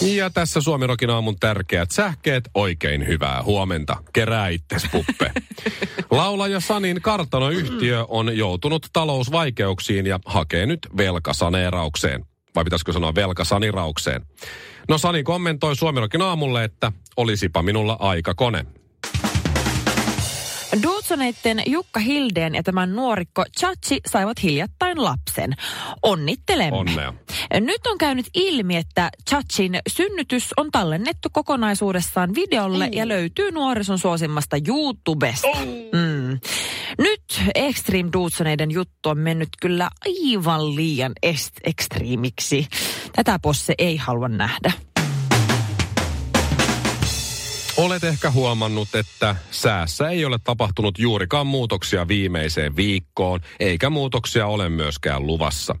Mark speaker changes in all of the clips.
Speaker 1: Niin, Ja tässä Suomirokin aamun tärkeät sähkeet. Oikein hyvää huomenta. Kerää itses, puppe. Laulaja Sanin kartanoyhtiö on joutunut talousvaikeuksiin ja hakee nyt velkasaneeraukseen. Vai pitäisikö sanoa velkasaniraukseen? No Sani kommentoi Suomirokin aamulle, että olisipa minulla aikakone.
Speaker 2: Dudsoneitten Jukka Hildeen ja tämän nuorikko Chachi saivat hiljattain lapsen. Onnittelemme.
Speaker 1: Onnea.
Speaker 2: Nyt on käynyt ilmi, että Chachin synnytys on tallennettu kokonaisuudessaan videolle ja löytyy nuorison suosimmasta YouTubesta. Mm. Nyt Extreme Dudsoneiden juttu on mennyt kyllä aivan liian est- ekstriimiksi. Tätä posse ei halua nähdä.
Speaker 1: Olet ehkä huomannut, että säässä ei ole tapahtunut juurikaan muutoksia viimeiseen viikkoon, eikä muutoksia ole myöskään luvassa.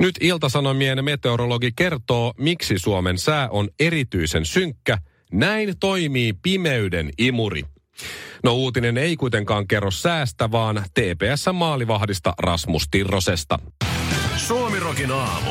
Speaker 1: Nyt Iltasanomien meteorologi kertoo, miksi Suomen sää on erityisen synkkä. Näin toimii pimeyden imuri. No uutinen ei kuitenkaan kerro säästä, vaan TPS-maalivahdista Rasmus Tirrosesta.
Speaker 3: Suomirokin aamu.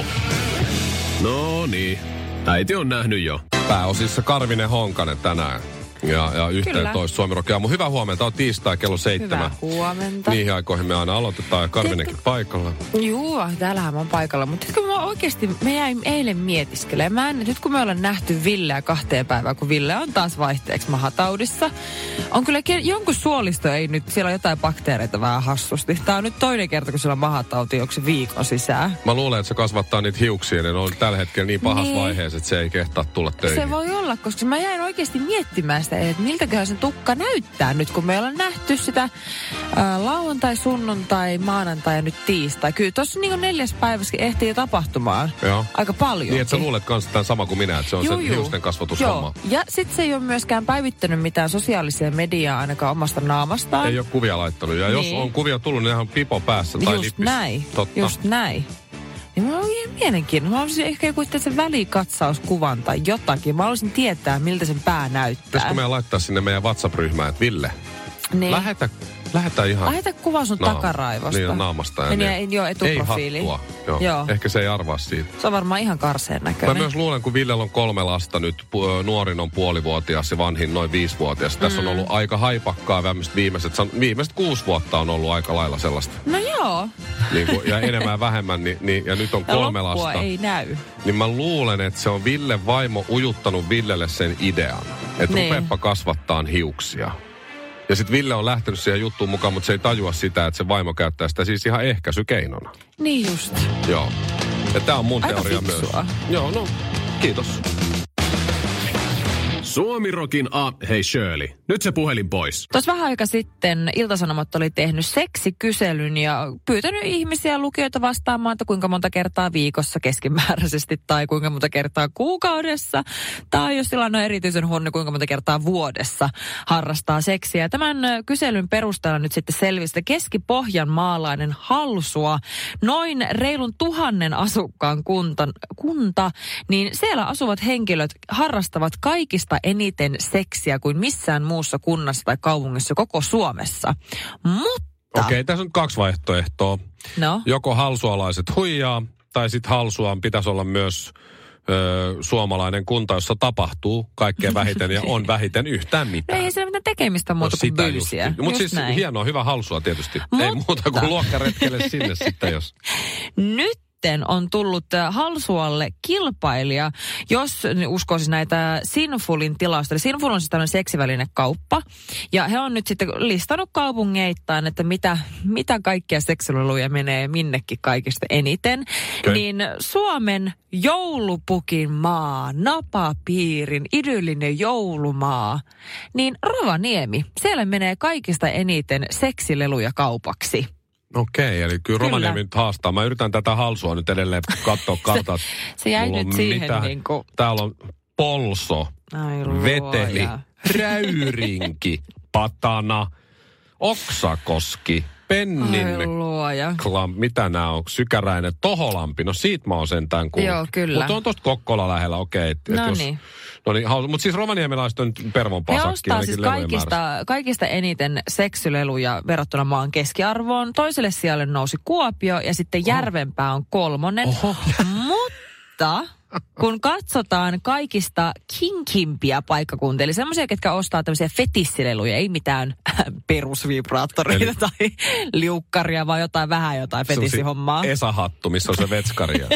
Speaker 3: No niin, äiti on nähnyt jo.
Speaker 1: Pääosissa Karvinen Honkanen tänään. Ja, ja yhteen
Speaker 2: Kyllä.
Speaker 1: toista Suomi Rock Aamu. Hyvää huomenta. On tiistai kello seitsemän.
Speaker 2: huomenta.
Speaker 1: Niihin aikoihin me aina aloitetaan ja Karvinenkin paikalla.
Speaker 2: Juu, täällähän mä oon paikalla. Mutta nyt kun mä oikeasti, me jäin eilen mietiskelemään. Mä en- Nyt kun me ollaan nähty Villeä kahteen päivään, kun Ville on taas vaihteeksi mahataudissa. On kyllä ke- jonkun suolisto ei nyt, siellä on jotain bakteereita vähän hassusti. Tää on nyt toinen kerta, kun siellä on mahatauti, onko se viikon sisään.
Speaker 1: Mä luulen, että se kasvattaa niitä hiuksia, ne on tällä hetkellä niin pahassa
Speaker 2: Niin.
Speaker 1: vaiheessa, että se ei kehtaa tulla töihin.
Speaker 2: Se voi olla, koska mä jäin oikeasti miettimään sitä, että miltäköhän se tukka näyttää nyt, kun me ollaan nähty sitä ää, lauantai, sunnuntai, maanantai ja nyt tiistai. Kyllä tuossa niin neljäs päivässäkin ehtii jo tapahtumaan
Speaker 1: Joo.
Speaker 2: aika paljon.
Speaker 1: Niin, että sä luulet kans tämän sama kuin minä, että se on
Speaker 2: Juu,
Speaker 1: se
Speaker 2: juu.
Speaker 1: hiusten
Speaker 2: Joo.
Speaker 1: kasvatushomma.
Speaker 2: Ja sit se ei ole myöskään päivittänyt mitään sosiaalisia mediaa ainakaan omasta naamastaan.
Speaker 1: Ei ole kuvia laittanut. Ja jos
Speaker 2: Niin.
Speaker 1: on kuvia tullut, niin ne on pipo päässä tai
Speaker 2: Just
Speaker 1: lippis.
Speaker 2: näin.
Speaker 1: Totta.
Speaker 2: Just näin. Niin mä olin ihan mielenkiintoinen. Mä olisin ehkä joku itse välikatsauskuvan tai jotakin. Mä olisin tietää, miltä sen pää näyttää.
Speaker 1: Pitäisikö meidän laittaa sinne meidän WhatsApp-ryhmään, että Ville,
Speaker 2: Niin.
Speaker 1: lähetä, lähetä ihan...
Speaker 2: Lähetä kuva sun
Speaker 1: Naama-
Speaker 2: takaraivosta.
Speaker 1: Niin, naamasta. Ja
Speaker 2: Meni- ei- joo, etuprofiili.
Speaker 1: Ei hattua. Joo.
Speaker 2: Joo.
Speaker 1: Ehkä se ei arvaa siitä.
Speaker 2: Se on varmaan ihan karseen
Speaker 1: Mä
Speaker 2: näköinen.
Speaker 1: myös luulen, kun Villellä on kolme lasta nyt, pu- ö, nuorin on puolivuotias ja vanhin noin viisivuotias. Tässä
Speaker 2: Mm.
Speaker 1: on ollut aika haipakkaa vämmöistä viimeiset, san- viimeiset kuusi vuotta on ollut aika lailla sellaista.
Speaker 2: No joo.
Speaker 1: Niin kuin, ja enemmän ja vähemmän, niin, niin, ja nyt on
Speaker 2: Ja
Speaker 1: kolme
Speaker 2: No, loppua
Speaker 1: lasta.
Speaker 2: ei näy.
Speaker 1: Niin mä luulen, että se on Ville vaimo ujuttanut Villelle sen idean. Että
Speaker 2: Niin.
Speaker 1: rupeepa kasvattaa hiuksia. Ja sitten Ville on lähtenyt siihen juttuun mukaan, mutta se ei tajua sitä, että se vaimo käyttää sitä siis ihan ehkäisykeinona.
Speaker 2: Niin just.
Speaker 1: Joo. Ja tää on mun
Speaker 2: Aika
Speaker 1: teoria
Speaker 2: fiksua.
Speaker 1: myös. Joo, no, kiitos.
Speaker 3: Suomirokin a... Hei Shirley, nyt se puhelin pois.
Speaker 2: Tuossa vähän aika sitten Iltasanomat oli tehnyt seksikyselyn ja pyytänyt ihmisiä lukijoita vastaamaan, että kuinka monta kertaa viikossa keskimääräisesti tai kuinka monta kertaa kuukaudessa. Tai jos tilanne on erityisen huono, niin kuinka monta kertaa vuodessa harrastaa seksiä. Ja Tämän ö, kyselyn perusteella nyt sitten selvisi, että keskipohjan maalainen halsua, noin reilun tuhannen asukkaan kunta, kunta, niin siellä asuvat henkilöt harrastavat kaikista eniten seksiä kuin missään muussa kunnassa tai kaupungissa koko Suomessa. Mutta,
Speaker 1: Okei, okay, tässä on kaksi vaihtoehtoa.
Speaker 2: no,
Speaker 1: Joko halsualaiset huijaa, tai sitten halsuaan pitäisi olla myös ö, suomalainen kunta, jossa tapahtuu kaikkea vähiten ja on vähiten yhtään
Speaker 2: no
Speaker 1: mitään. No,
Speaker 2: ei sillä mitään tekemistä muuta kuin bylsiä.
Speaker 1: Mutta
Speaker 2: Just
Speaker 1: siis
Speaker 2: näin.
Speaker 1: hienoa, hyvä halsua tietysti. Ei
Speaker 2: Mutta-
Speaker 1: muuta kuin luokkaretkelle sinne sitten, jos...
Speaker 2: Nytten on tullut äh, Halsualle kilpailija, jos n- uskoisi näitä Sinfulin tilausta. Eli Sinful on siis tämmöinen seksivälinekauppa. Ja he on nyt sitten listannut kaupungeittain, että mitä, mitä kaikkia seksiluja menee minnekin kaikista eniten.
Speaker 1: Okei.
Speaker 2: Niin Suomen joulupukin maa, napapiirin, idyllinen joulumaa, niin Rovaniemi, siellä menee kaikista eniten seksileluja kaupaksi.
Speaker 1: Okei, eli kyllä Rovaniemi nyt haastaa. Mä yritän tätä halsua nyt edelleen katsoa kartat.
Speaker 2: Se jäi
Speaker 1: Mulla
Speaker 2: nyt
Speaker 1: on
Speaker 2: siihen
Speaker 1: mitään.
Speaker 2: niin kuin...
Speaker 1: Täällä on polso,
Speaker 2: Ai
Speaker 1: veteli,
Speaker 2: luoja.
Speaker 1: räyrinki, patana, oksakoski,
Speaker 2: Ai
Speaker 1: penninne,
Speaker 2: luoja.
Speaker 1: klam, mitä nämä on, sykäräinen, toholampi. No siitä mä oon sentään kuullut.
Speaker 2: Joo, kyllä.
Speaker 1: Mutta on tosta Kokkola lähellä, okei. et- et
Speaker 2: No
Speaker 1: jos-
Speaker 2: niin.
Speaker 1: No niin, mutta siis rovaniemelaiset on nyt pervon
Speaker 2: Ne
Speaker 1: pasakki.
Speaker 2: ostaa
Speaker 1: ainakin
Speaker 2: siis
Speaker 1: lelujen määrässä.
Speaker 2: kaikista, kaikista eniten seksileluja verrattuna maan keskiarvoon. Toiselle
Speaker 1: Oh.
Speaker 2: sijalle nousi Kuopio ja sitten Järvenpää on kolmonen.
Speaker 1: Oho.
Speaker 2: Mutta kun katsotaan kaikista kinkimpiä paikkakuntia, eli semmoisia, ketkä ostaa tämmöisiä fetissileluja, ei mitään perusvibraattoreita
Speaker 1: Eli-
Speaker 2: eli... tai liukkaria, vaan jotain vähän jotain fetissihommaa.
Speaker 1: Semmosi Esa-hattu, missä on se vetskari ja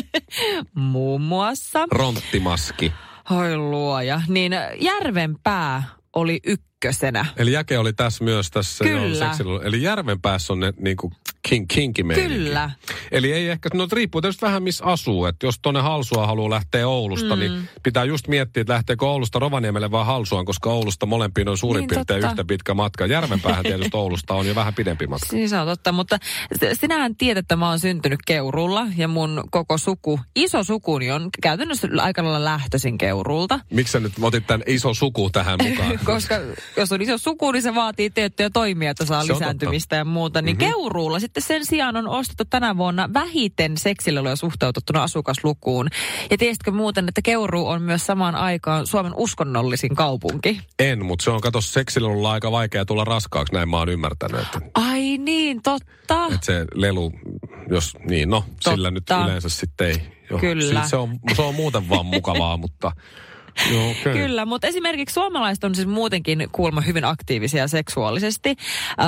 Speaker 2: Muun muassa.
Speaker 1: ronttimaski.
Speaker 2: Oi luoja. Niin Järvenpää oli ykkösenä.
Speaker 1: Eli jäke oli tässä myös tässä.
Speaker 2: Kyllä.
Speaker 1: joo, seksillä- Eli järven päässä on ne niinku kin, kinki
Speaker 2: Kyllä.
Speaker 1: Eli ei ehkä, no riippuu tietysti vähän missä asuu. Että jos tuonne Halsua haluaa lähteä Oulusta, mm. niin pitää just miettiä, että lähteekö Oulusta Rovaniemelle vai Halsuaan, koska Oulusta molempiin on suurin niin,
Speaker 2: Niin,
Speaker 1: piirtein
Speaker 2: totta.
Speaker 1: yhtä pitkä matka. Järvenpäähän tietysti Oulusta on jo vähän pidempi matka.
Speaker 2: Niin se on totta, mutta s- sinähän tiedät, että mä oon syntynyt Keurulla ja mun koko suku, iso sukuni on käytännössä aika lailla lähtöisin Keurulta.
Speaker 1: Miksi sä nyt otit tämän iso suku tähän mukaan?
Speaker 2: Koska jos on iso suku, niin se vaatii tiettyjä toimia, että saa
Speaker 1: Se on Mhm.
Speaker 2: lisääntymistä ja muuta. Niin mm-hmm. Keuruulla sitten sen sijaan on ostettu tänä vuonna vähiten seksileluja suhteutettuna asukaslukuun. Ja tiesitkö muuten, että Keuruu on myös samaan aikaan Suomen uskonnollisin kaupunki?
Speaker 1: en, mutta se on, kato, seksilelulla aika vaikea tulla raskaaksi, näin mä oon ymmärtänyt. Että,
Speaker 2: Ai niin, totta.
Speaker 1: että se lelu, jos niin, no, Totta. sillä nyt
Speaker 2: Totta.
Speaker 1: yleensä sitten ei. Joo,
Speaker 2: Kyllä.
Speaker 1: siis Se on, se on muuten vaan mukavaa, mutta... Joo, okay.
Speaker 2: Kyllä, mutta esimerkiksi suomalaiset on siis muutenkin kuulemma hyvin aktiivisia seksuaalisesti. Äh,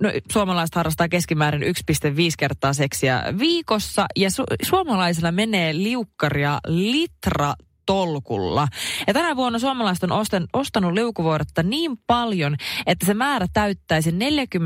Speaker 2: no, suomalaiset harrastaa keskimäärin 1,5 kertaa seksiä viikossa ja su- suomalaisilla menee liukkaria litra tolkulla. Ja tänä vuonna suomalaiset on osten, ostanut liukuvuoretta niin paljon, että se määrä täyttäisi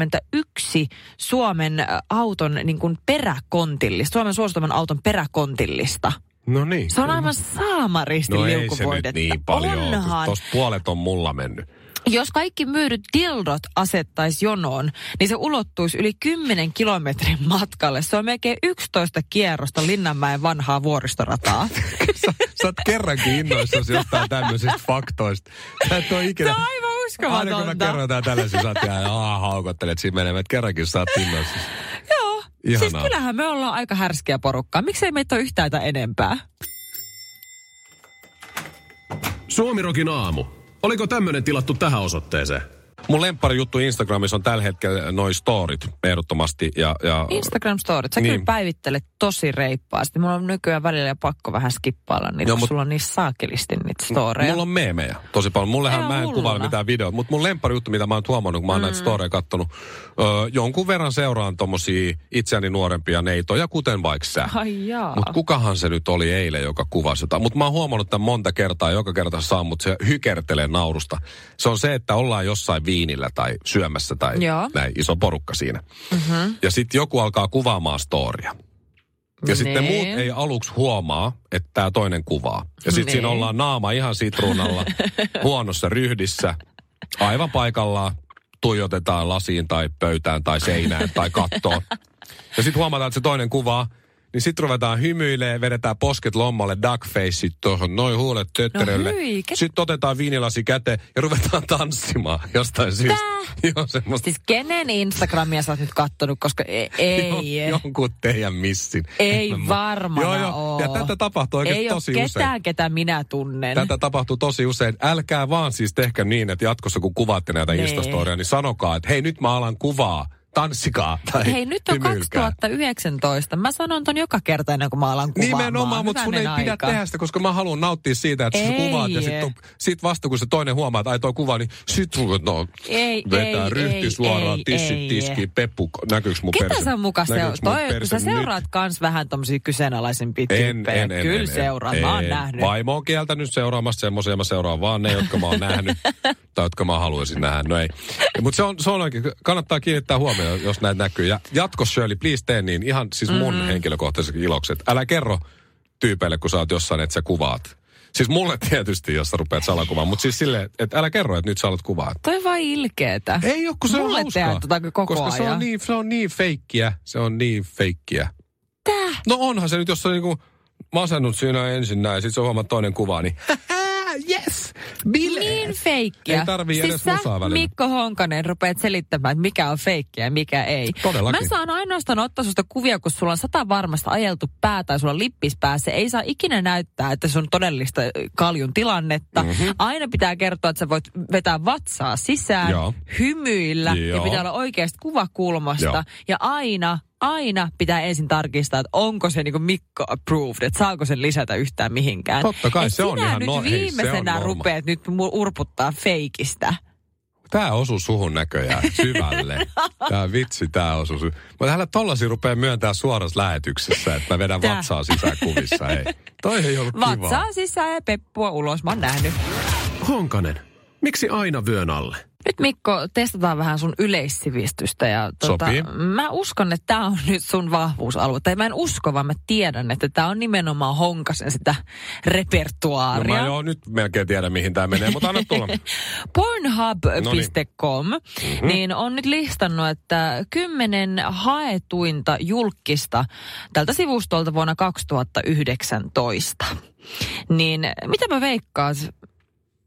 Speaker 2: 41 Suomen äh, auton niin kuin peräkontillista, Suomen suosituimman auton peräkontillista.
Speaker 1: No niin.
Speaker 2: Se on aivan saamaristi
Speaker 1: No ei se
Speaker 2: liukuvoidetta.
Speaker 1: nyt niin paljon ole, kun
Speaker 2: Onhan.
Speaker 1: Tuossa puolet on mulla mennyt.
Speaker 2: Jos kaikki myydyt dildot asettaisi jonoon, niin se ulottuisi yli 10 kilometrin matkalle. Se on melkein 11 kierrosta Linnanmäen vanhaa vuoristorataa.
Speaker 1: Sä, sä oot kerrankin innoissa jostain tämmöisistä faktoista. Sä et ole
Speaker 2: Se
Speaker 1: ikinä...
Speaker 2: on No, aivan
Speaker 1: Aina kun mä kerron
Speaker 2: uskomatonta.
Speaker 1: tää tällaisia, sä oot ihan aah, haukottelet siinä menemään. että Kerrankin sä oot innoissa.
Speaker 2: Joo. Siis
Speaker 1: Ihanaa.
Speaker 2: kyllähän me ollaan aika härskiä porukkaa. Miksei meitä ole yhtään tai enempää?
Speaker 3: Suomirokin aamu. Oliko tämmönen tilattu tähän osoitteeseen?
Speaker 1: Mun lemppari juttu Instagramissa on tällä hetkellä noi storit ehdottomasti. Ja, ja
Speaker 2: Instagram storit. Sä
Speaker 1: Niin.
Speaker 2: niin. kyllä päivittelet tosi reippaasti. Mulla on nykyään välillä pakko vähän skippailla niitä,
Speaker 1: Joo,
Speaker 2: kun
Speaker 1: mut-
Speaker 2: sulla on niissä saakelisti niitä storeja.
Speaker 1: Mulla on meemejä tosi paljon. Mullehan
Speaker 2: Ei
Speaker 1: mä en
Speaker 2: oo
Speaker 1: kuvaile
Speaker 2: hulluna.
Speaker 1: mitään videoita, mutta mun lempari juttu, mitä mä oon huomannut, kun mä oon mm. näitä storeja kattonut, öö, jonkun verran seuraan tommosia itseäni nuorempia neitoja, kuten vaikka sä.
Speaker 2: Ai jaa.
Speaker 1: Mutta kukahan se nyt oli eilen, joka kuvasi jotain. Mutta mä oon huomannut tämän monta kertaa, joka kerta saa, mutta se hykertelee naurusta. Se on se, että ollaan jossain viinillä tai syömässä tai
Speaker 2: Joo.
Speaker 1: näin iso porukka siinä. Mm-hmm. Ja sitten joku alkaa kuvaamaan storia. Ja sitten
Speaker 2: Niin.
Speaker 1: muut ei aluksi huomaa, että tämä toinen kuvaa. Ja sitten siinä
Speaker 2: Niin.
Speaker 1: ollaan naama ihan sitruunalla, huonossa ryhdissä, aivan paikallaan, tuijotetaan lasiin tai pöytään tai seinään tai kattoon. Ja sitten huomataan, että se toinen kuvaa, niin sitten ruvetaan hymyilee, vedetään posket lommalle, duckfaceit tuohon, noin huulet tötterölle.
Speaker 2: No hyi, ke-
Speaker 1: sitten otetaan viinilasi käteen ja ruvetaan tanssimaan jostain syystä. Joo, semmoista.
Speaker 2: Siis kenen Instagramia sä oot nyt kattonut, koska e- ei,
Speaker 1: Jon- jonkun teidän missin.
Speaker 2: ei
Speaker 1: Mä-
Speaker 2: varmana
Speaker 1: Joo, joo.
Speaker 2: oo.
Speaker 1: Ja tätä tapahtuu oikein
Speaker 2: Ei
Speaker 1: tosi
Speaker 2: ole
Speaker 1: usein.
Speaker 2: ketään, ketä minä tunnen.
Speaker 1: Tätä tapahtuu tosi usein. Älkää vaan siis tehkö niin, että jatkossa kun kuvaatte näitä
Speaker 2: Niin.
Speaker 1: instastoreja, niin sanokaa, että hei nyt mä alan kuvaa, tanssikaa. Tai
Speaker 2: Hei, nyt on
Speaker 1: hymyilkää.
Speaker 2: 2019. Mä sanon ton joka kerta ennen kuin mä alan kuvaamaan.
Speaker 1: Nimenomaan, mutta sun ei
Speaker 2: Hyvänen
Speaker 1: pidä
Speaker 2: aika.
Speaker 1: tehdä sitä, koska mä haluan nauttia siitä, että sä
Speaker 2: Ei.
Speaker 1: kuvaat ja sit, tu- sit vasta kun se toinen huomaa, että ai toi kuva, niin sit sulla no,
Speaker 2: Ei,
Speaker 1: vetää
Speaker 2: ei,
Speaker 1: ryhti
Speaker 2: ei,
Speaker 1: suoraan,
Speaker 2: ei, ei.
Speaker 1: tissit tiskiin, peppu, näkyykö mun
Speaker 2: Ketä
Speaker 1: perse?
Speaker 2: sä mukaan
Speaker 1: Näkyykö
Speaker 2: seuraat?
Speaker 1: mun
Speaker 2: Toi, kun
Speaker 1: perse
Speaker 2: sä
Speaker 1: nyt?
Speaker 2: seuraat kans vähän tommosia kyseenalaisempia
Speaker 1: En,
Speaker 2: tyyppejä.
Speaker 1: en, en,
Speaker 2: Kyllä
Speaker 1: en,
Speaker 2: seuraat,
Speaker 1: en,
Speaker 2: mä oon
Speaker 1: en.
Speaker 2: nähnyt.
Speaker 1: Vaimo on kieltänyt seuraamasta semmoisia, mä seuraan vaan ne, jotka mä oon nähnyt, tai jotka mä haluaisin nähdä, no ei. Mutta se on, se on oikein, kannattaa kiinnittää huomioon, jos näitä näkyy. Ja jatko Shirley, please tee niin, ihan siis mun mm. henkilökohtaiset ilokset. Älä kerro tyypeille, kun sä oot jossain, että sä kuvaat. Siis mulle tietysti, jos sä rupeat salakuvaan, mutta siis silleen, että älä kerro, että nyt sä alat kuvaa.
Speaker 2: Toi on vaan ilkeetä.
Speaker 1: Ei ole, kun se
Speaker 2: Mulle
Speaker 1: on hauskaa.
Speaker 2: tehdään tota koko
Speaker 1: Koska se on,
Speaker 2: ajan.
Speaker 1: niin, se on niin feikkiä, se on niin feikkiä. Tää? No onhan se nyt, jos sä niinku masennut siinä ensin näin, sit sä huomaat toinen kuva, niin yes, bile.
Speaker 2: Niin feikkiä.
Speaker 1: Ei tarvii
Speaker 2: siis
Speaker 1: edes
Speaker 2: sä,
Speaker 1: musaa välillä.
Speaker 2: Mikko Honkanen, rupeat selittämään, että mikä on feikkiä ja mikä ei.
Speaker 1: Todellakin.
Speaker 2: Mä saan ainoastaan ottaa susta kuvia, kun sulla on sata varmasta ajeltu pää tai sulla on lippis päässä. Ei saa ikinä näyttää, että se on todellista ö, kaljun tilannetta.
Speaker 1: Mhm.
Speaker 2: Mm-hmm. Aina pitää kertoa, että sä voit vetää vatsaa sisään,
Speaker 1: Joo.
Speaker 2: hymyillä
Speaker 1: Joo.
Speaker 2: ja pitää olla oikeasta kuvakulmasta.
Speaker 1: Joo.
Speaker 2: Ja aina aina pitää ensin tarkistaa, että onko se niin Mikko approved, että saako sen lisätä yhtään mihinkään.
Speaker 1: Totta kai,
Speaker 2: Et
Speaker 1: se on
Speaker 2: sinä
Speaker 1: ihan
Speaker 2: nyt
Speaker 1: no- hei, se on
Speaker 2: viimeisenä
Speaker 1: norma.
Speaker 2: rupeat nyt mu- urputtaa feikistä.
Speaker 1: Tää osuu suhun näköjään syvälle. Tää vitsi, tää osuu sy- Mä täällä tollasi rupeaa myöntää suorassa lähetyksessä, että mä vedän
Speaker 2: Tää.
Speaker 1: vatsaa sisään kuvissa. Ei. Toi ei ollut kivaa.
Speaker 2: Vatsaa sisään ja peppua ulos, mä oon nähnyt.
Speaker 3: Honkanen, miksi aina vyön alle?
Speaker 2: Nyt Mikko, testataan vähän sun yleissivistystä. Ja, tota,
Speaker 1: Sopii.
Speaker 2: mä uskon, että tämä on nyt sun vahvuusalue. Tai mä en usko, vaan mä tiedän, että tämä on nimenomaan honkasen sitä
Speaker 1: No
Speaker 2: repertuaaria.
Speaker 1: mä joo, nyt melkein tiedän mihin tää menee, mutta anna tulla.
Speaker 2: Pornhub.com
Speaker 1: Mhm.
Speaker 2: mm-hmm. niin on nyt listannut, että kymmenen haetuinta julkista tältä sivustolta vuonna 2019. Niin mitä mä veikkaat,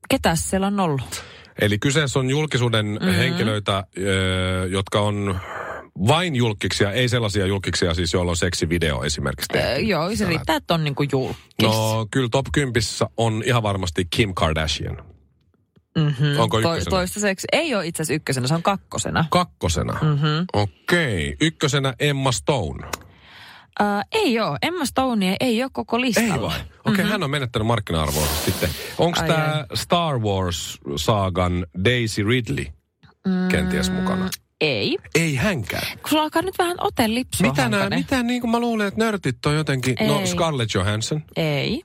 Speaker 2: ketäs siellä on ollut?
Speaker 1: Eli kyseessä on julkisuuden mm-hmm. henkilöitä, ö, jotka on vain julkiksia, ei sellaisia julkiksia siis, joilla on seksivideo esimerkiksi. tehty.
Speaker 2: Äh, joo, se
Speaker 1: Sä
Speaker 2: riittää, että on niinku julkis.
Speaker 1: No kyllä top 10 on ihan varmasti Kim Kardashian. Mm-hmm. Onko
Speaker 2: To,
Speaker 1: ykkösenä?
Speaker 2: Mhm. toistaiseksi ei ole itse asiassa ykkösenä, se on kakkosena.
Speaker 1: Kakkosena. Mm-hmm. Okei. Ykkösenä Emma Stone.
Speaker 2: Ää, ei ole, Emma Stonea ei ole koko listalla.
Speaker 1: Ei vai? Okei, okay, mm-hmm. hän on menettänyt markkina-arvoa sitten. Onko
Speaker 2: Ai
Speaker 1: tämä Star Wars-saagan Daisy Ridley
Speaker 2: Mm.
Speaker 1: kenties mukana?
Speaker 2: Ei.
Speaker 1: Ei hänkään.
Speaker 2: Sulla alkaa nyt vähän ote lipsua.
Speaker 1: Mitä nää,
Speaker 2: Honkanen.
Speaker 1: mitä niin kuin mä luulen, että nörtit on jotenkin... No
Speaker 2: Ei.
Speaker 1: Scarlett Johansson.
Speaker 2: Ei.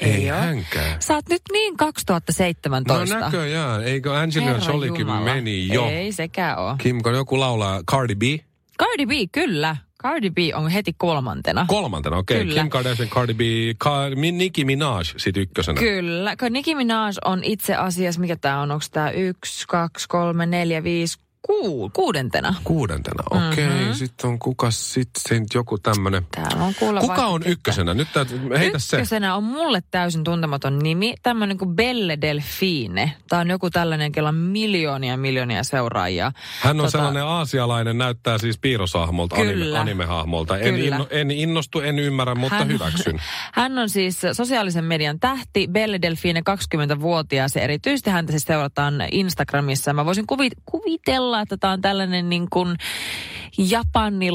Speaker 1: Ei
Speaker 2: oo.
Speaker 1: hänkään.
Speaker 2: Sä oot nyt niin 2017.
Speaker 1: No näköjään. Eikö Angelina
Speaker 2: Herran
Speaker 1: Joliekin
Speaker 2: jumala.
Speaker 1: meni jo?
Speaker 2: Ei sekään ole.
Speaker 1: Kim, kun joku laulaa Cardi B.
Speaker 2: Cardi B, kyllä. Cardi B on heti kolmantena.
Speaker 1: Kolmantena, okei. Okay.
Speaker 2: Kyllä.
Speaker 1: Kim Kardashian, Cardi B, Ka- Mi- Nicki Minaj sit ykkösenä.
Speaker 2: Kyllä, kun Nicki Minaj on itse asiassa, mikä tämä on, onko tämä yksi, kaksi, kolme, neljä, viisi, kuu, kuudentena.
Speaker 1: Kuudentena, okei.
Speaker 2: Mhm.
Speaker 1: Okay. Mm-hmm. Sitten on kuka sitten joku tämmönen.
Speaker 2: Täällä on kuulla
Speaker 1: Kuka on
Speaker 2: vaikka-
Speaker 1: ykkösenä? Nyt täytyy, heitä se.
Speaker 2: Ykkösenä on mulle täysin tuntematon nimi, tämmöinen kuin Belle Delfine. Tämä on joku tällainen, kella on miljoonia miljoonia seuraajia.
Speaker 1: Hän on
Speaker 2: Tota-
Speaker 1: sellainen aasialainen, näyttää siis piirrosahmolta, anime,
Speaker 2: Kyllä.
Speaker 1: animehahmolta. En,
Speaker 2: Kyllä.
Speaker 1: inno, en innostu, en ymmärrä, mutta
Speaker 2: Hän-
Speaker 1: hyväksyn.
Speaker 2: Hän on siis sosiaalisen median tähti, Belle Delfine 20-vuotias ja erityisesti häntä siis seurataan Instagramissa. Mä voisin kuvi- kuvitella, että tämä on tällainen niin kuin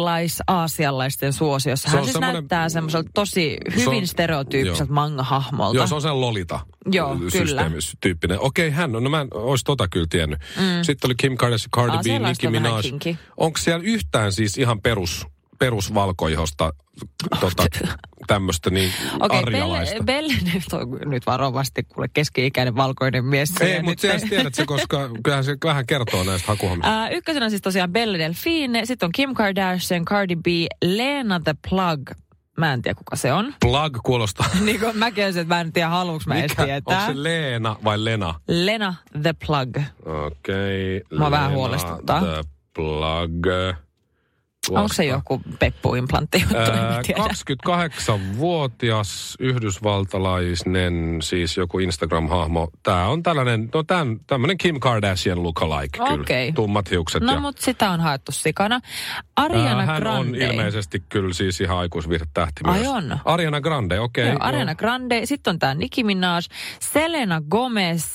Speaker 2: japanilais-aasialaisten suosiossa.
Speaker 1: Se
Speaker 2: Hän
Speaker 1: on
Speaker 2: siis
Speaker 1: semmoinen-
Speaker 2: näyttää semmoiselta
Speaker 1: Se
Speaker 2: tosi
Speaker 1: on-
Speaker 2: hyvin stereotyyppiseltä manga-hahmolta.
Speaker 1: Joo, se on sen lolita.
Speaker 2: Joo,
Speaker 1: systeemi- Tyyppinen. Okei, hän on, no mä en olisi tota kyllä tiennyt. Mm. Sitten oli Kim Kardashian, Cardi
Speaker 2: Aa,
Speaker 1: B,
Speaker 2: sellaista
Speaker 1: Nicki
Speaker 2: on vähän
Speaker 1: Minaj.
Speaker 2: kinki.
Speaker 1: Onko siellä yhtään siis ihan perus, perusvalkoihosta tota, tämmöistä niin okay,
Speaker 2: Okei,
Speaker 1: arjalaista?
Speaker 2: Belle, Belle, toi- nyt varovasti kuule keski-ikäinen valkoinen mies.
Speaker 1: Ei, mutta siellä tiedät se, koska kyllähän se vähän kertoo näistä hakuhommista.
Speaker 2: Ää, ykkösenä siis tosiaan Belle Delfine, sitten on Kim Kardashian, Cardi B, Lena the Plug. Mä en tiedä, kuka se on.
Speaker 1: Plug kuulostaa.
Speaker 2: Niin kuin mäkin olisin, että mä en tiedä, haluuks mä edes
Speaker 1: Onko
Speaker 2: tietää.
Speaker 1: se Leena vai Lena?
Speaker 2: Lena the Plug.
Speaker 1: Okei. Okay,
Speaker 2: Mua vähän huolestuttaa.
Speaker 1: The plug.
Speaker 2: Onko se joku peppuimplantti? Ää,
Speaker 1: Ää, 28-vuotias yhdysvaltalainen, siis joku Instagram-hahmo. Tämä on tällainen, no tämän, tämmöinen Kim Kardashian lookalike kyllä.
Speaker 2: Okei.
Speaker 1: Tummat hiukset
Speaker 2: No
Speaker 1: ja...
Speaker 2: mut sitä on haettu sikana.
Speaker 1: Ää,
Speaker 2: Ariana
Speaker 1: hän on
Speaker 2: Grande.
Speaker 1: ilmeisesti kyllä siis ihan aikuisvirtähti
Speaker 2: Ai
Speaker 1: myös.
Speaker 2: on?
Speaker 1: Ariana Grande, okei.
Speaker 2: Joo, Ariana Grande. Sitten on tää Nicki Minaj, Selena Gomez,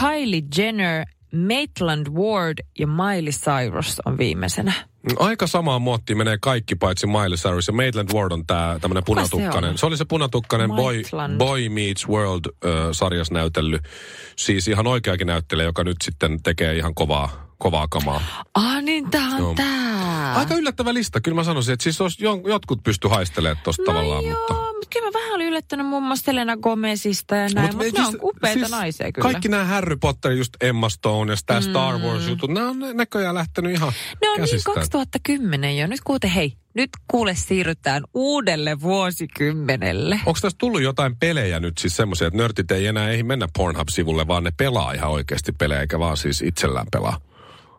Speaker 2: Kylie Jenner, Maitland Ward ja Miley Cyrus on viimeisenä.
Speaker 1: Aika samaan muottiin menee kaikki paitsi Miley Cyrus ja Maitland Ward on tää tämmönen
Speaker 2: se
Speaker 1: punatukkanen.
Speaker 2: on?
Speaker 1: Se, oli se punatukkanen Boy,
Speaker 2: Maitland.
Speaker 1: Boy Meets World ö, sarjas näytellyt. Siis ihan oikeakin näyttelijä, joka nyt sitten tekee ihan kovaa, kovaa kamaa.
Speaker 2: Ah niin, tää on
Speaker 1: Joo.
Speaker 2: tää.
Speaker 1: Aika yllättävä lista. Kyllä mä sanoisin, että siis olisi, jon- jotkut pysty haistelemaan tosta tavallaan,
Speaker 2: No joo,
Speaker 1: mutta...
Speaker 2: mutta kyllä mä vähän olin yllättynyt muun muassa Selena Gomezista ja näin,
Speaker 1: Mut
Speaker 2: mutta
Speaker 1: me- siis
Speaker 2: mut ne on upeita naisia kyllä. Mm.
Speaker 1: Kaikki nämä Harry Potter, just Emma Stone ja tämä Star Wars jutut, nämä on näköjään lähtenyt ihan
Speaker 2: Ne on
Speaker 1: käsistään.
Speaker 2: niin 2010 jo. Nyt kuule, hei, nyt kuule siirrytään uudelle vuosikymmenelle.
Speaker 1: Onko tässä tullut jotain pelejä nyt siis semmoisia, että nörtit ei enää ei mennä Pornhub-sivulle, vaan ne pelaa ihan oikeasti pelejä, eikä vaan siis itsellään pelaa?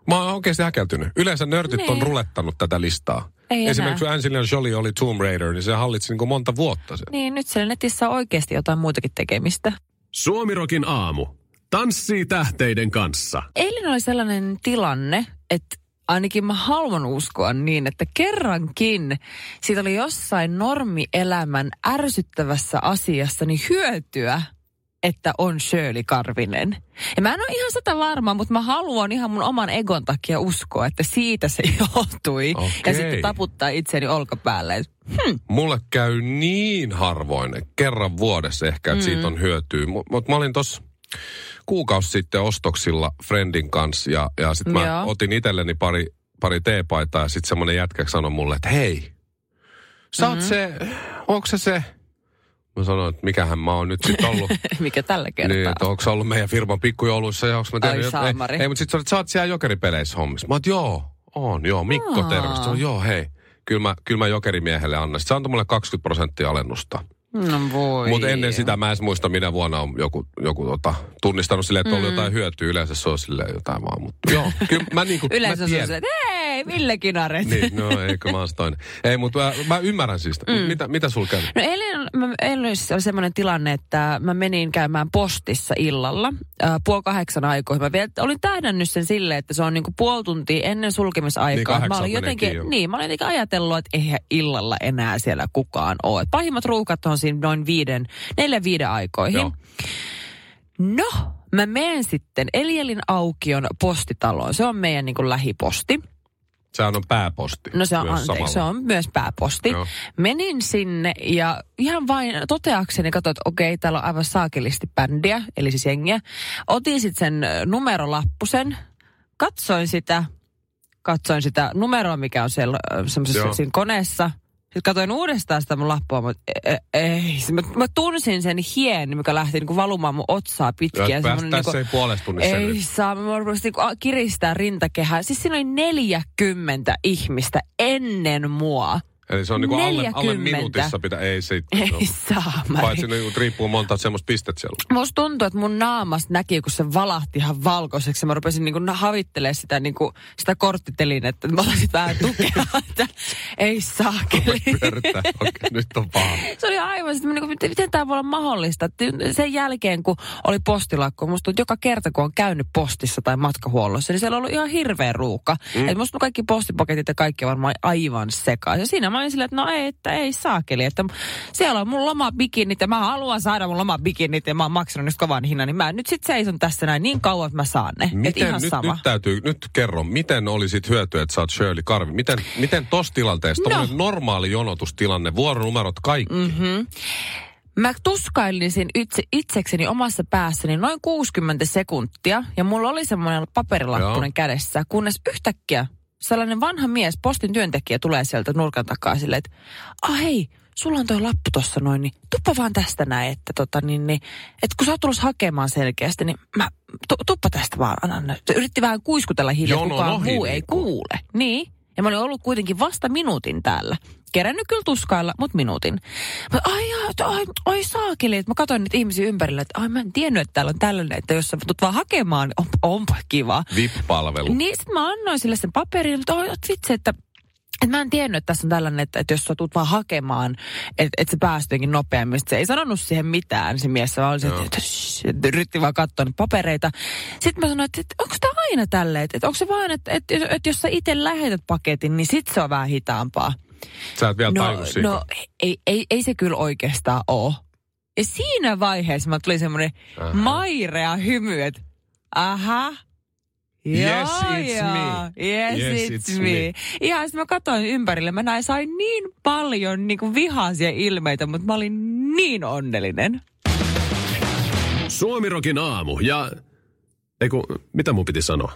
Speaker 1: Mä oon oikeasti häkeltynyt. Yleensä nörtit
Speaker 2: Niin.
Speaker 1: on rulettanut tätä listaa.
Speaker 2: Ei
Speaker 1: Esimerkiksi kun Angelina Jolie oli Tomb Raider, niin se hallitsi niin kuin monta vuotta sen.
Speaker 2: Niin, nyt siellä netissä on oikeasti jotain muutakin tekemistä.
Speaker 3: Suomirokin aamu. Tanssii tähteiden kanssa.
Speaker 2: Eilen oli sellainen tilanne, että ainakin mä haluan uskoa niin, että kerrankin siitä oli jossain normielämän ärsyttävässä asiassa niin hyötyä. että on Shirley Karvinen. Ja mä en ole ihan sitä varma, mutta mä haluan ihan mun oman egon takia uskoa, että siitä se johtui.
Speaker 1: Okei.
Speaker 2: Ja sitten taputtaa itseni olkapäälle. että
Speaker 1: Mulle käy niin harvoin, kerran vuodessa ehkä, että siitä on hyötyä. Mutta mä olin tossa kuukausi sitten ostoksilla Friendin kanssa ja, ja sitten mä
Speaker 2: Joo.
Speaker 1: otin itselleni pari, pari teepaitaa ja sitten semmonen jätkä sanoi mulle, että hei, sä oot se, onko se se... Mä sanoin, että mikähän mä oon nyt sitten ollut.
Speaker 2: Mikä tällä kertaa?
Speaker 1: Niin, että onko ollut meidän firman pikkujouluissa ja onko mä tehnyt
Speaker 2: Ai
Speaker 1: jotain-
Speaker 2: saamari.
Speaker 1: Ei, ei mutta sit sä olet, sä oot siellä jokeripeleissä hommissa. Mä oot, joo, on, joo, Mikko
Speaker 2: Aa.
Speaker 1: terveistä. Sanoin, joo, hei, kyllä mä, kyllä mä jokerimiehelle annan. Sitten se antoi mulle 20 prosenttia alennusta.
Speaker 2: No voi.
Speaker 1: Mutta Niin. ennen sitä mä en edes muista, minä vuonna on joku, joku tota, tunnistanut silleen, että on
Speaker 2: Mm.
Speaker 1: ollut jotain hyötyä. Yleensä se on silleen jotain vaan, mutta joo, kyllä mä niinku,
Speaker 2: Yleensä
Speaker 1: mä
Speaker 2: se on
Speaker 1: tiedän.
Speaker 2: se, että hei, Ville Kinaret.
Speaker 1: Niin, no eikö mä oon toinen. Ei, mutta mä, mä, ymmärrän siis. Mm. Mitä, mitä sul kävi?
Speaker 2: No eilen, mä, eilen oli se- semmoinen tilanne, että mä menin käymään postissa illalla äh, puoli kahdeksan aikoihin. Mä vielä, olin tähdännyt sen silleen, että se on niinku puoli tuntia ennen
Speaker 1: Niin
Speaker 2: sulkemisaikaa. mä
Speaker 1: kahdeksalta
Speaker 2: olin jotenkin,
Speaker 1: meneekin jo.
Speaker 2: niin, mä olin jotenkin ajatellut, että eihän illalla enää siellä kukaan ole. Pahimmat ruuhkat on siinä noin viiden, neljän viiden aikoihin.
Speaker 1: Joo.
Speaker 2: No, mä menen sitten Elielin aukion postitaloon. Se on meidän niin kuin lähiposti.
Speaker 1: Sehän on pääposti.
Speaker 2: No se on,
Speaker 1: myös samalla.
Speaker 2: anteeksi, se on myös pääposti.
Speaker 1: Joo.
Speaker 2: Menin sinne ja ihan vain toteakseni katsoin, että okei, täällä on aivan saakelisti bändiä, eli siis jengiä. Otin sitten sen ö, numerolappusen, katsoin sitä, katsoin sitä numeroa, mikä on siellä ö,
Speaker 1: Joo.
Speaker 2: semmoisessa siinä koneessa. Sitten katsoin uudestaan sitä mun lappua, mutta e- e- ei. Sitten Mä, mä tunsin sen hien, mikä lähti niinku valumaan mun otsaa pitkin.
Speaker 1: Ja
Speaker 2: semmonen niinku-
Speaker 1: päästään se ei puolesta tunnissa
Speaker 2: ei
Speaker 1: selvitä.
Speaker 2: saa, mä rupesin niinku a- kiristää rintakehää. Siis siinä oli 40 ihmistä ennen mua.
Speaker 1: Eli se on niinku alle, alle
Speaker 2: 40.
Speaker 1: minuutissa pitää, ei se,
Speaker 2: Ei
Speaker 1: no,
Speaker 2: saa,
Speaker 1: paitsi niinku riippuu monta semmoista pistettä siellä. on.
Speaker 2: Musta tuntuu, että mun naamasta näki, kun se valahti ihan valkoiseksi. Mä rupesin niinku na- havittelemaan sitä, niinku, sitä korttitelinettä, että mä olisin vähän tukea, että ei
Speaker 1: Oh Voi
Speaker 2: saakeli.
Speaker 1: pyörittää, okei, nyt on paha.
Speaker 2: Se oli aivan, sit mä niinku, miten, miten tämä voi olla mahdollista? Et Sen jälkeen, kun oli postilakko, musta tuntuu, että joka kerta, kun on käynyt postissa tai matkahuollossa, niin siellä on ollut ihan hirveä ruuhka. Mm. Et musta kaikki postipaketit ja kaikki on varmaan aivan sekaan. Ja siinä mä olin silleen, että no ei, että ei saakeli. Että siellä on mun lomabikinit ja mä haluan saada mun lomabikinit ja mä oon maksanut niistä kovan hinnan, niin mä nyt sit seison tässä näin niin kauan, että mä saan ne. Et
Speaker 1: Miten,
Speaker 2: ihan
Speaker 1: nyt,
Speaker 2: sama.
Speaker 1: nyt täytyy, nyt kerro, miten oli sit hyötyä, että sä oot Shirley Karvi? Miten, miten tossa tilanteessa,
Speaker 2: No.
Speaker 1: no. normaali jonotustilanne, vuoronumerot kaikki, mm.
Speaker 2: Mm-hmm. Mä tuskailisin itse, itsekseni omassa päässäni noin 60 sekuntia ja mulla oli semmoinen paperilappunen
Speaker 1: Joo.
Speaker 2: kädessä, kunnes yhtäkkiä sellainen vanha mies, postin työntekijä, tulee sieltä nurkan takaa silleen, että ah hei, sulla on toi lappu tossa noin, niin tuppa vaan tästä näin, että tota niin, niin että kun sä oot tulossa hakemaan selkeästi, niin mä, tu, tuppa tästä vaan, anna nyt. Se Yritti vähän kuiskutella hiljaa,
Speaker 1: Jonon
Speaker 2: kukaan
Speaker 1: ohi
Speaker 2: muu ei
Speaker 1: niinku.
Speaker 2: kuule. Niin. Ja mä olin ollut kuitenkin vasta minuutin täällä. Kerännyt kyllä tuskailla, mutta minuutin. Mä, ai, jaa, että ai, ai saakeli, että mä katsoin niitä ihmisiä ympärillä, että ai mä en tiennyt, että täällä on tällainen, että jos sä tulet vaan hakemaan, niin on, onpa kiva.
Speaker 1: VIP-palvelu?
Speaker 2: Niin sit mä annoin sille sen paperin, että oi, oot vitsi, että et mä en tiennyt, että tässä on tällainen, että, että jos sä tulet vaan hakemaan, että et se päästy jotenkin nopeammin. Sit se ei sanonut siihen mitään, se mies. Mä olisin, että, shh, että yritti vaan katsoa niitä papereita. Sitten mä sanoin, että, että onko tämä aina tälleen? Että, että onko se vaan, että, että, että, että jos sä itse lähetät paketin, niin sit se on vähän hitaampaa.
Speaker 1: Sä et vielä no,
Speaker 2: No,
Speaker 1: tajunnut siitä.
Speaker 2: no ei, ei, ei se kyllä oikeastaan ole. Ja siinä vaiheessa mä tuli semmoinen
Speaker 1: Ähä.
Speaker 2: mairea hymy, että aha.
Speaker 1: Yes, it's me.
Speaker 2: Yes, yes it's, me. me. Ihan sit mä katsoin ympärille, mä näin, sain niin paljon niin kuin vihaisia ilmeitä, mutta mä olin niin onnellinen.
Speaker 3: Suomirokin aamu ja... Eiku, mitä mun piti sanoa?